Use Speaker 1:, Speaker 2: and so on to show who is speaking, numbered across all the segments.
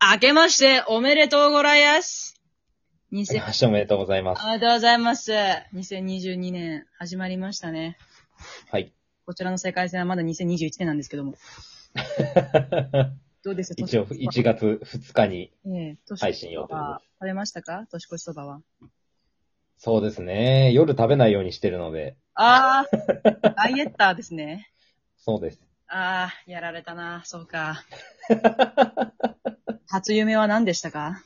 Speaker 1: 明けましておめでとうございます。2 0
Speaker 2: 明日おめでとうございます。
Speaker 1: おめでとうございます。2022年始まりましたね。
Speaker 2: はい。
Speaker 1: こちらの世界線はまだ2021年なんですけども。どうですか
Speaker 2: 一応、
Speaker 1: 年越
Speaker 2: 1
Speaker 1: し
Speaker 2: 月2日に。
Speaker 1: そばええ年
Speaker 2: 配
Speaker 1: 越し
Speaker 2: 信
Speaker 1: そ
Speaker 2: 予定です
Speaker 1: ば食べましたか年越しそばは。
Speaker 2: そうですね。夜食べないようにしてるので。
Speaker 1: あー、 ダイエッターですね。
Speaker 2: そうです。
Speaker 1: あー、やられたな。そう か。初夢は何でしたか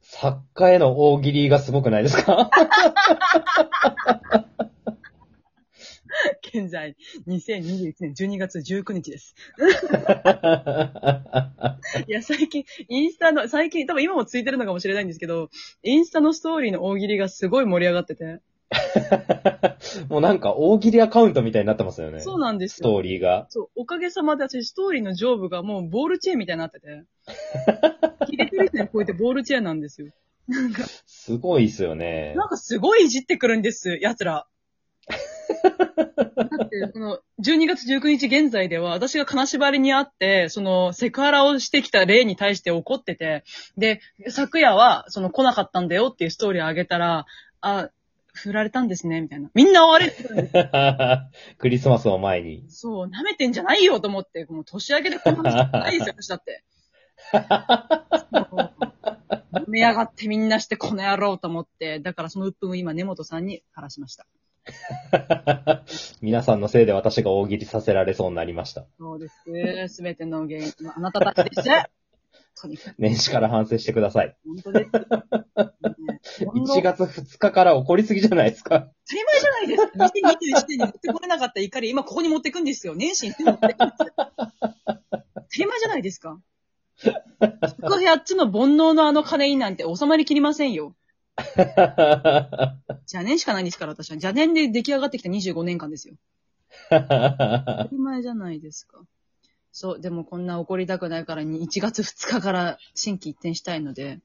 Speaker 2: 作家への大喜利がすごくないですか
Speaker 1: 現在、2021年12月19日です。いや、最近、インスタの、最近、多分今もついてるのかもしれないんですけど、インスタのストーリーの大喜利がすごい盛り上がってて。
Speaker 2: もうなんか大喜利アカウントみたいになってますよね。
Speaker 1: そうなんです
Speaker 2: スト
Speaker 1: よ。
Speaker 2: ーリーが。
Speaker 1: そう、おかげさまで私、ストーリーの上部がもうボールチェーンみたいになって て。切れてる人に超えてボールチェーンなんですよ。
Speaker 2: すごいですよね。
Speaker 1: なんかすごいいじってくるんです、奴ら。だって、その、12月19日現在では、私が金縛りにあって、その、セクハラをしてきた例に対して怒ってて、で、昨夜は、その、来なかったんだよっていうストーリーをあげたら、あ、振られたんですね、みたいな。みんな哀れってくるんです。
Speaker 2: クリスマスを前に。
Speaker 1: そう、舐めてんじゃないよと思って、もう年明けでこんな話ないですよ、私だって。もう舐めやがってみんなしてこの野郎と思って、だからその鬱憤を今根本さんに晴らしました。
Speaker 2: 皆さんのせいで私が大喜利させられそうになりました。
Speaker 1: そうです。すべての原因はあなたたちです。とにかく、
Speaker 2: 年始から反省してください。
Speaker 1: 本当です。ね
Speaker 2: 1月2日から怒りすぎじゃないです
Speaker 1: 当
Speaker 2: か。
Speaker 1: たり前じゃないですか。2021年に持ってこれなかった怒り、今ここに持ってくんですよ。年始に持ってくんですよ。当たり前じゃないですか。100やっつの煩悩のあの金になんて収まりきりませんよ。邪念しかないんですから、私は。邪念で出来上がってきた25年間ですよ。当たり前じゃないですか。そう、でもこんな怒りたくないからに、1月2日から新規一転したいので、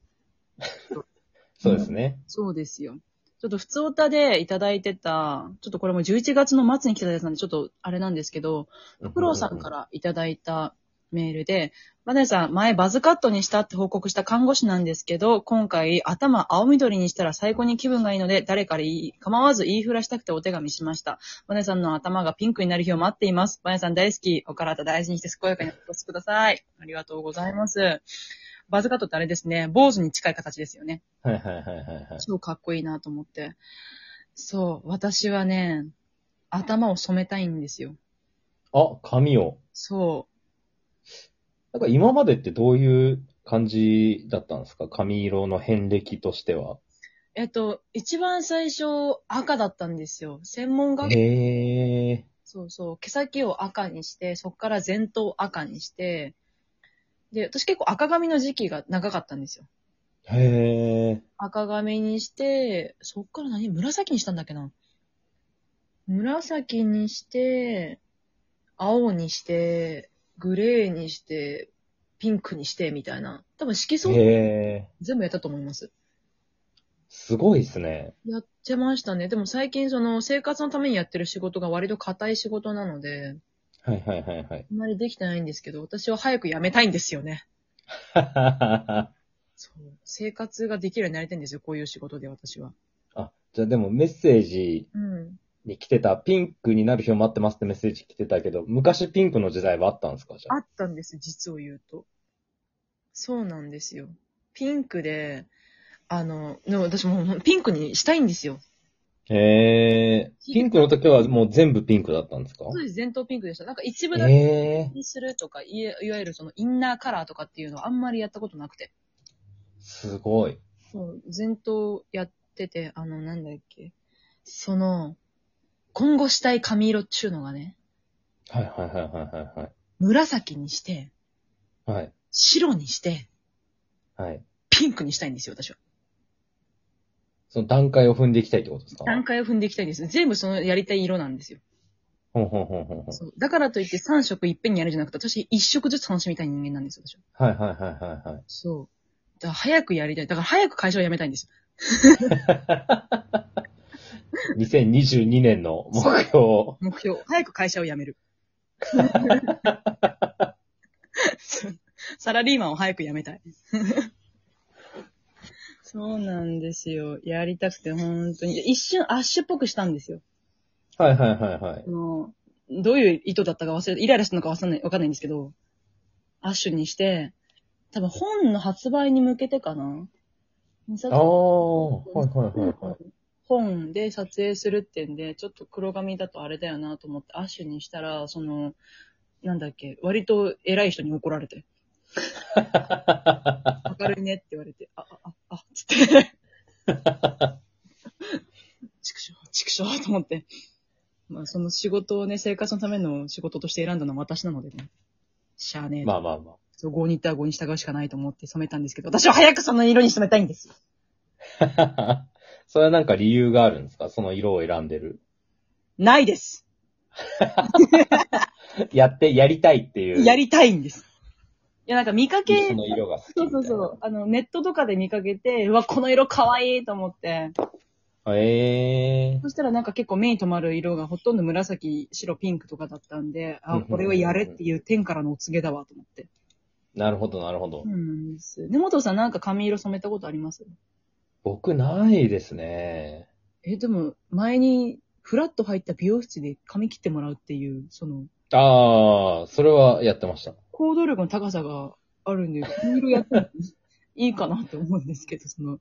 Speaker 2: そうですね。
Speaker 1: そうですよ。ちょっと普通歌でいただいてた、ちょっとこれも11月の末に来てたやつなんで、ちょっとあれなんですけど、フローさんからいただいたメールで、マネさん、前バズカットにしたって報告した看護師なんですけど、今回頭青緑にしたら最高に気分がいいので、誰から言い構わず言いふらしたくてお手紙しました。マネさんの頭がピンクになる日を待っています。マネさん大好き。お体大事にして健やかにお過ごしください。ありがとうございます。バズカットってあれですね、坊主に近い形ですよね。
Speaker 2: はいはいはいはいはい。
Speaker 1: 超かっこいいなと思って。そう、私はね、頭を染めたいんですよ。
Speaker 2: あ、髪を。
Speaker 1: そ
Speaker 2: なんか今までってどういう感じだったんですか髪色の遍歴としては。
Speaker 1: う。えっと、一番最初、赤だったんですよ。専門学校、
Speaker 2: へえ。
Speaker 1: そうそう、毛先を赤にして、そっから前頭赤にして、で、私結構赤髪の時期が長かったんですよ。
Speaker 2: へえ。
Speaker 1: 赤髪にして、そっから何紫にしたんだっけな紫にして、青にして、グレーにして、ピンクにして、みたいな。多分色
Speaker 2: へ
Speaker 1: 相
Speaker 2: え。
Speaker 1: 全部やったと思います。
Speaker 2: すごいですね。
Speaker 1: やってましたね。でも最近その生活のためにやってる仕事が割と硬い仕事なので、
Speaker 2: はいはいはいはい。
Speaker 1: あんまりできてないんですけど、私は早く辞めたいんですよね。そう。生活ができるようになりたいんですよ、こういう仕事で私は。
Speaker 2: あ、じゃあでもメッセージ
Speaker 1: うん。
Speaker 2: に来てた、ピンクになる日を待ってますってメッセージ来てたけど、昔ピンクの時代はあったんですかじゃ
Speaker 1: あ
Speaker 2: あ。
Speaker 1: ったんです、実を言うと。そうなんですよ。ピンクで、あの、でも私もうピンクにしたいんですよ。
Speaker 2: へえ。ピンクの時はもう全部ピンクだったんですか
Speaker 1: そうです、前頭ピンクでした。なんか一部だけ
Speaker 2: へえ。
Speaker 1: にするとか、いえいわゆるそのインナーカラーとかっていうのはあんまりやったことなくて。
Speaker 2: すごい。
Speaker 1: そう、前頭やってて、あの、なんだっけ。その、今後したい髪色っちゅうのがね、
Speaker 2: はいはいはいはいはいはい。
Speaker 1: 紫にして、
Speaker 2: はい。
Speaker 1: 白にして、
Speaker 2: はい。
Speaker 1: ピンクにしたいんですよ、私は。
Speaker 2: その段階を踏んでいきたいってことですか
Speaker 1: 段階を踏んでいきたいんです。全部そのやりたい色なんですよ。
Speaker 2: ほんほんほんほんほん。
Speaker 1: そう。だからといって3色いっぺんにやるじゃなくて、私1色ずつ楽しみたい人間なんですよ、私は。
Speaker 2: はいはいはいはいはい。
Speaker 1: そう。だから早くやりたい。だから早く会社を辞めたいんですよ。
Speaker 2: 2022年の目標を。
Speaker 1: 目標。早く会社を辞める。そう サラリーマンを早く辞めたい。そうなんですよ。やりたくて、本当に。一瞬、アッシュっぽくしたんですよ。
Speaker 2: はいはいはいはい
Speaker 1: あ。の、どういう意図だったか忘れて、イライラしたのかわかんない、わかんないんですけど、アッシュにして、多分本の発売に向けてかな。二冊
Speaker 2: ああ、はいはいはいはい。
Speaker 1: 本で撮影するってんで、ちょっと黒髪だとあれだよなと思って、アッシュにしたら、その、なんだっけ、割と偉い人に怒られて、明るいねって言われて、あ、あ、あ、あ、つって。ちくしょう、ちくしょうと思って。まあ、その仕事をね、生活のための仕事として選んだのは私なのでね。しゃあねえ。
Speaker 2: まあまあまあ。
Speaker 1: そう、合に行ったら合に従うしかないと思って染めたんですけど、私は早くその色に染めたいんです。
Speaker 2: それはなんか理由があるんですかその色を選んでる。
Speaker 1: ないです。
Speaker 2: やって、やりたいっていう。
Speaker 1: やりたいんです。いや、なんか見かけ、
Speaker 2: その色が好きみた
Speaker 1: そ
Speaker 2: いうな。
Speaker 1: そうそう。あの、ネットとかで見かけて、うわ、この色かわいいと思って。
Speaker 2: ええ
Speaker 1: そしたらなんか結構目に留まる色がほとんど紫、白、ピンクとかだったんで、
Speaker 2: う
Speaker 1: あ、
Speaker 2: んうんうんうん
Speaker 1: これはやれっていう天からのお告げだわと思って。
Speaker 2: なるほど、なるほ
Speaker 1: そ
Speaker 2: ど
Speaker 1: う。なんです。根本さんなんか髪色染めたことあります
Speaker 2: 僕、ないですね。
Speaker 1: え、でも、前に、フラッと入った美容室で髪切ってもらうっていう、その、
Speaker 2: ああ、それはやってました。
Speaker 1: 行動力の高さがあるんで、髪色やってもいいかなって思うんですけど、その。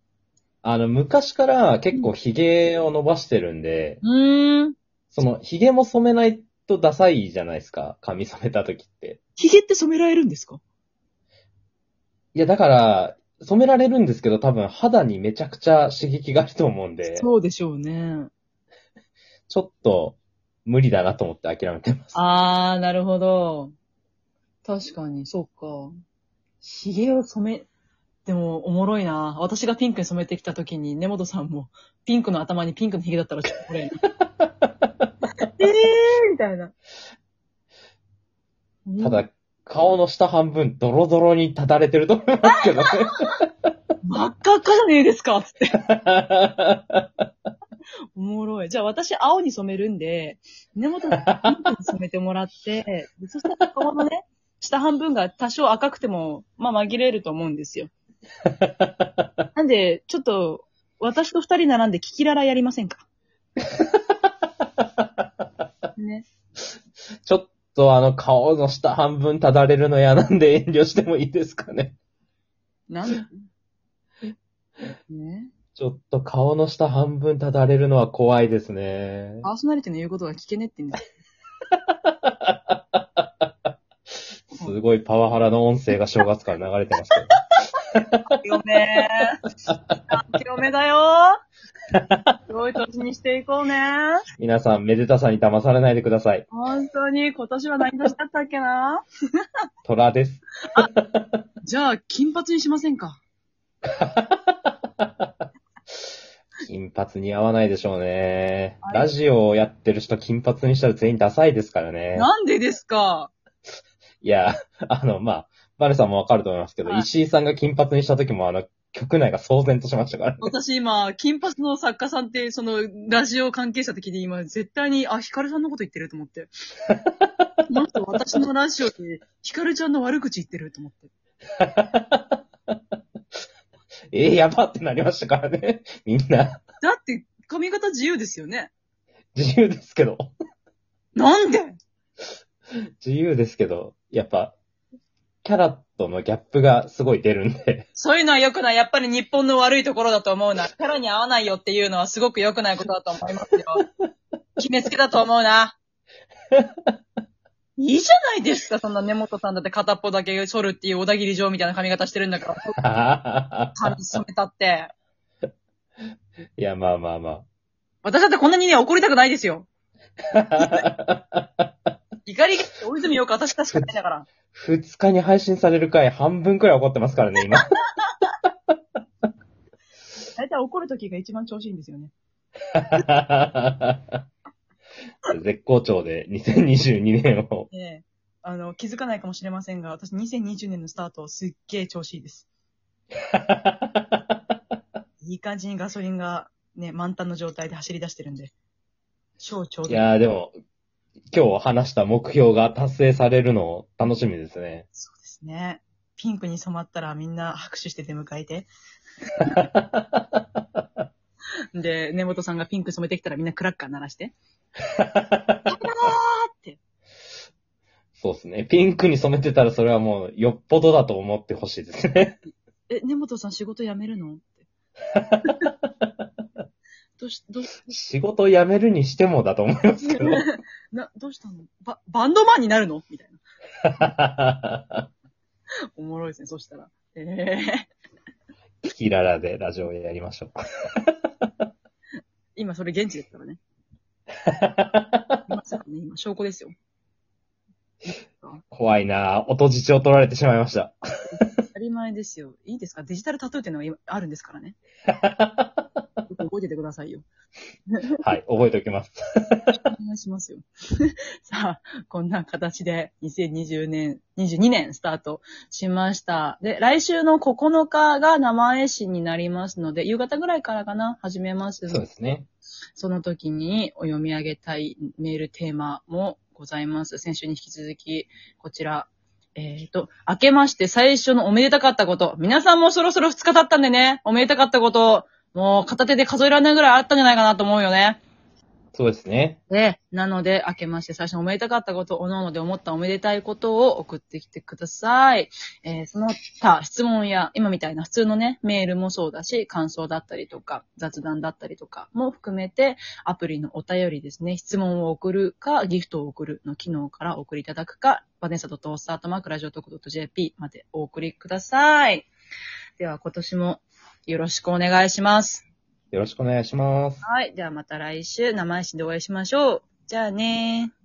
Speaker 2: あの、昔から結構髭を伸ばしてるんで、
Speaker 1: うん。
Speaker 2: その、髭も染めないとダサいじゃないですか。髪染めた時って。
Speaker 1: 髭って染められるんですか
Speaker 2: いや、だから、染められるんですけど、多分肌にめちゃくちゃ刺激があると思うんで、
Speaker 1: そうでしょうね。
Speaker 2: ちょっと無理だなと思って諦めてます。
Speaker 1: あー、なるほど。確かに、そうか。髭を染め、でも、おもろいな。私がピンクに染めてきた時に、根本さんも、ピンクの頭にピンクの髭だったら、ちょっとこれ。 えーみたいな。
Speaker 2: ただ、顔の下半分ドロドロにただれてると思いま すけどね。
Speaker 1: 真っ赤っかじゃねえですかつって。おもろい。じゃあ私、青に染めるんで、根元にピンクに染めてもらって、でそしたら顔のね、下半分が多少赤くても、まあ紛れると思うんですよ。なんで、ちょっと、私と二人並んでキキララやりませんかね。
Speaker 2: ちょっとあの顔の下半分ただれるの嫌なんで遠慮してもいいですかね。
Speaker 1: なんでね。
Speaker 2: ちょっと顔の下半分ただれるのは怖いですね。
Speaker 1: パーソナリティの言うことが聞けねえって言うんだよ。
Speaker 2: すごいパワハラの音声が正月から流れてます けど。
Speaker 1: 強め。強めだよ。すごい年にしていこうね。
Speaker 2: 皆さん、めでたさに騙されないでください。
Speaker 1: 本当に、今年は何年だったっけな
Speaker 2: 虎です。
Speaker 1: じゃあ、金髪にしませんか。
Speaker 2: 金髪似合わないでしょうね。ラジオをやってる人金髪にしたら全員ダサいですからね。
Speaker 1: なんでですか
Speaker 2: いや、あの、まあ、バネさんもわかると思いますけど、
Speaker 1: はい
Speaker 2: 石井さんが金髪にした時もあの、局内が騒然としましたからね。
Speaker 1: 私今、金髪の作家さんって、その、ラジオ関係者的に今、絶対に、あ、ヒカルさんのこと言ってると思って。なんと私のラジオで、ヒカルちゃんの悪口言ってると思って。
Speaker 2: えー、やばってなりましたからね。 みんな、
Speaker 1: だって、髪型自由ですよね。
Speaker 2: 自由ですけど。
Speaker 1: なんで
Speaker 2: 自由ですけど、やっぱ、キャラとのギャップがすごい出るんで。
Speaker 1: そういうのは良くない。やっぱり日本の悪いところだと思うな。キャラに合わないよっていうのはすごく良くないことだと思いますよ。決めつけだと思うな。いいじゃないですか、そんな根本さんだって片っぽだけ剃るっていう小田切城みたいな髪型してるんだから、髪染めたって。
Speaker 2: いや、まあまあま
Speaker 1: 私だってこんなにね、怒りたくないですよ。
Speaker 2: あ。
Speaker 1: 怒りが大泉洋か私確かにだから。
Speaker 2: 二日に配信される回半分くらい怒ってますからね、今。
Speaker 1: 大体怒る時が一番調子いいんですよね。
Speaker 2: 絶好調で2022年を。
Speaker 1: ええあの、気づかないかもしれませんが、私2020年のスタートすっげえ調子いいです。いい感じにガソリンがね、満タンの状態で走り出してるんで。超ちょう
Speaker 2: い
Speaker 1: どいい。
Speaker 2: やーでも、今日話した目標が達成されるのを楽しみですね。
Speaker 1: そうですね。ピンクに染まったらみんな拍手して出迎え て。で、根本さんがピンク染めてきたらみんなクラッカー鳴ら して。やったーって。
Speaker 2: そうですね。ピンクに染めてたらそれはもうよっぽどだと思ってほしいですね。
Speaker 1: え、根本さん仕事辞めるのってどうし、どうし、
Speaker 2: 仕事辞めるにしてもだと思います けど。
Speaker 1: な、どうしたのバ、バンドマンになるのみたいな。おもろいですね、そしたら。ええ
Speaker 2: キララでラジオやりましょう。
Speaker 1: 今それ現地ですからね。まさかね、今証拠ですよ。
Speaker 2: 怖いなぁ。音父を取られてしまいました。
Speaker 1: 当たり前ですよ。いいですかデジタルタトゥーっていうのが今あるんですからね。よく覚えててくださいよ。
Speaker 2: はい。覚えておきます。
Speaker 1: お願いしますよ。 さあ、こんな形で2020年、22年スタートしました。で、来週の9日が生配信になりますので、夕方ぐらいからかな、始めます。
Speaker 2: そうですね。
Speaker 1: その時にお読み上げたいメールテーマもございます。先週に引き続き、こちら。えっ、と、明けまして最初のおめでたかったこと。皆さんもそろそろ2日経ったんでね、おめでたかったこと、もう片手で数えられないぐらいあったんじゃないかなと思うよね。
Speaker 2: そうですね。
Speaker 1: で、なので、明けまして最初のおめでたかったこと、おのおので思ったおめでたいことを送ってきてください。えーその他、質問や、今みたいな普通のね、メールもそうだし、感想だったりとか、雑談だったりとかも含めて、アプリのお便りですね、質問を送るか、ギフトを送るの機能からお送りいただくか、バネサドトースタートマークラジオトーク .jp までお送りください。では、今年もよろしくお願いします。
Speaker 2: よろしくお願いします。
Speaker 1: はい。ではまた来週、生配信でお会いしましょう。じゃあねー。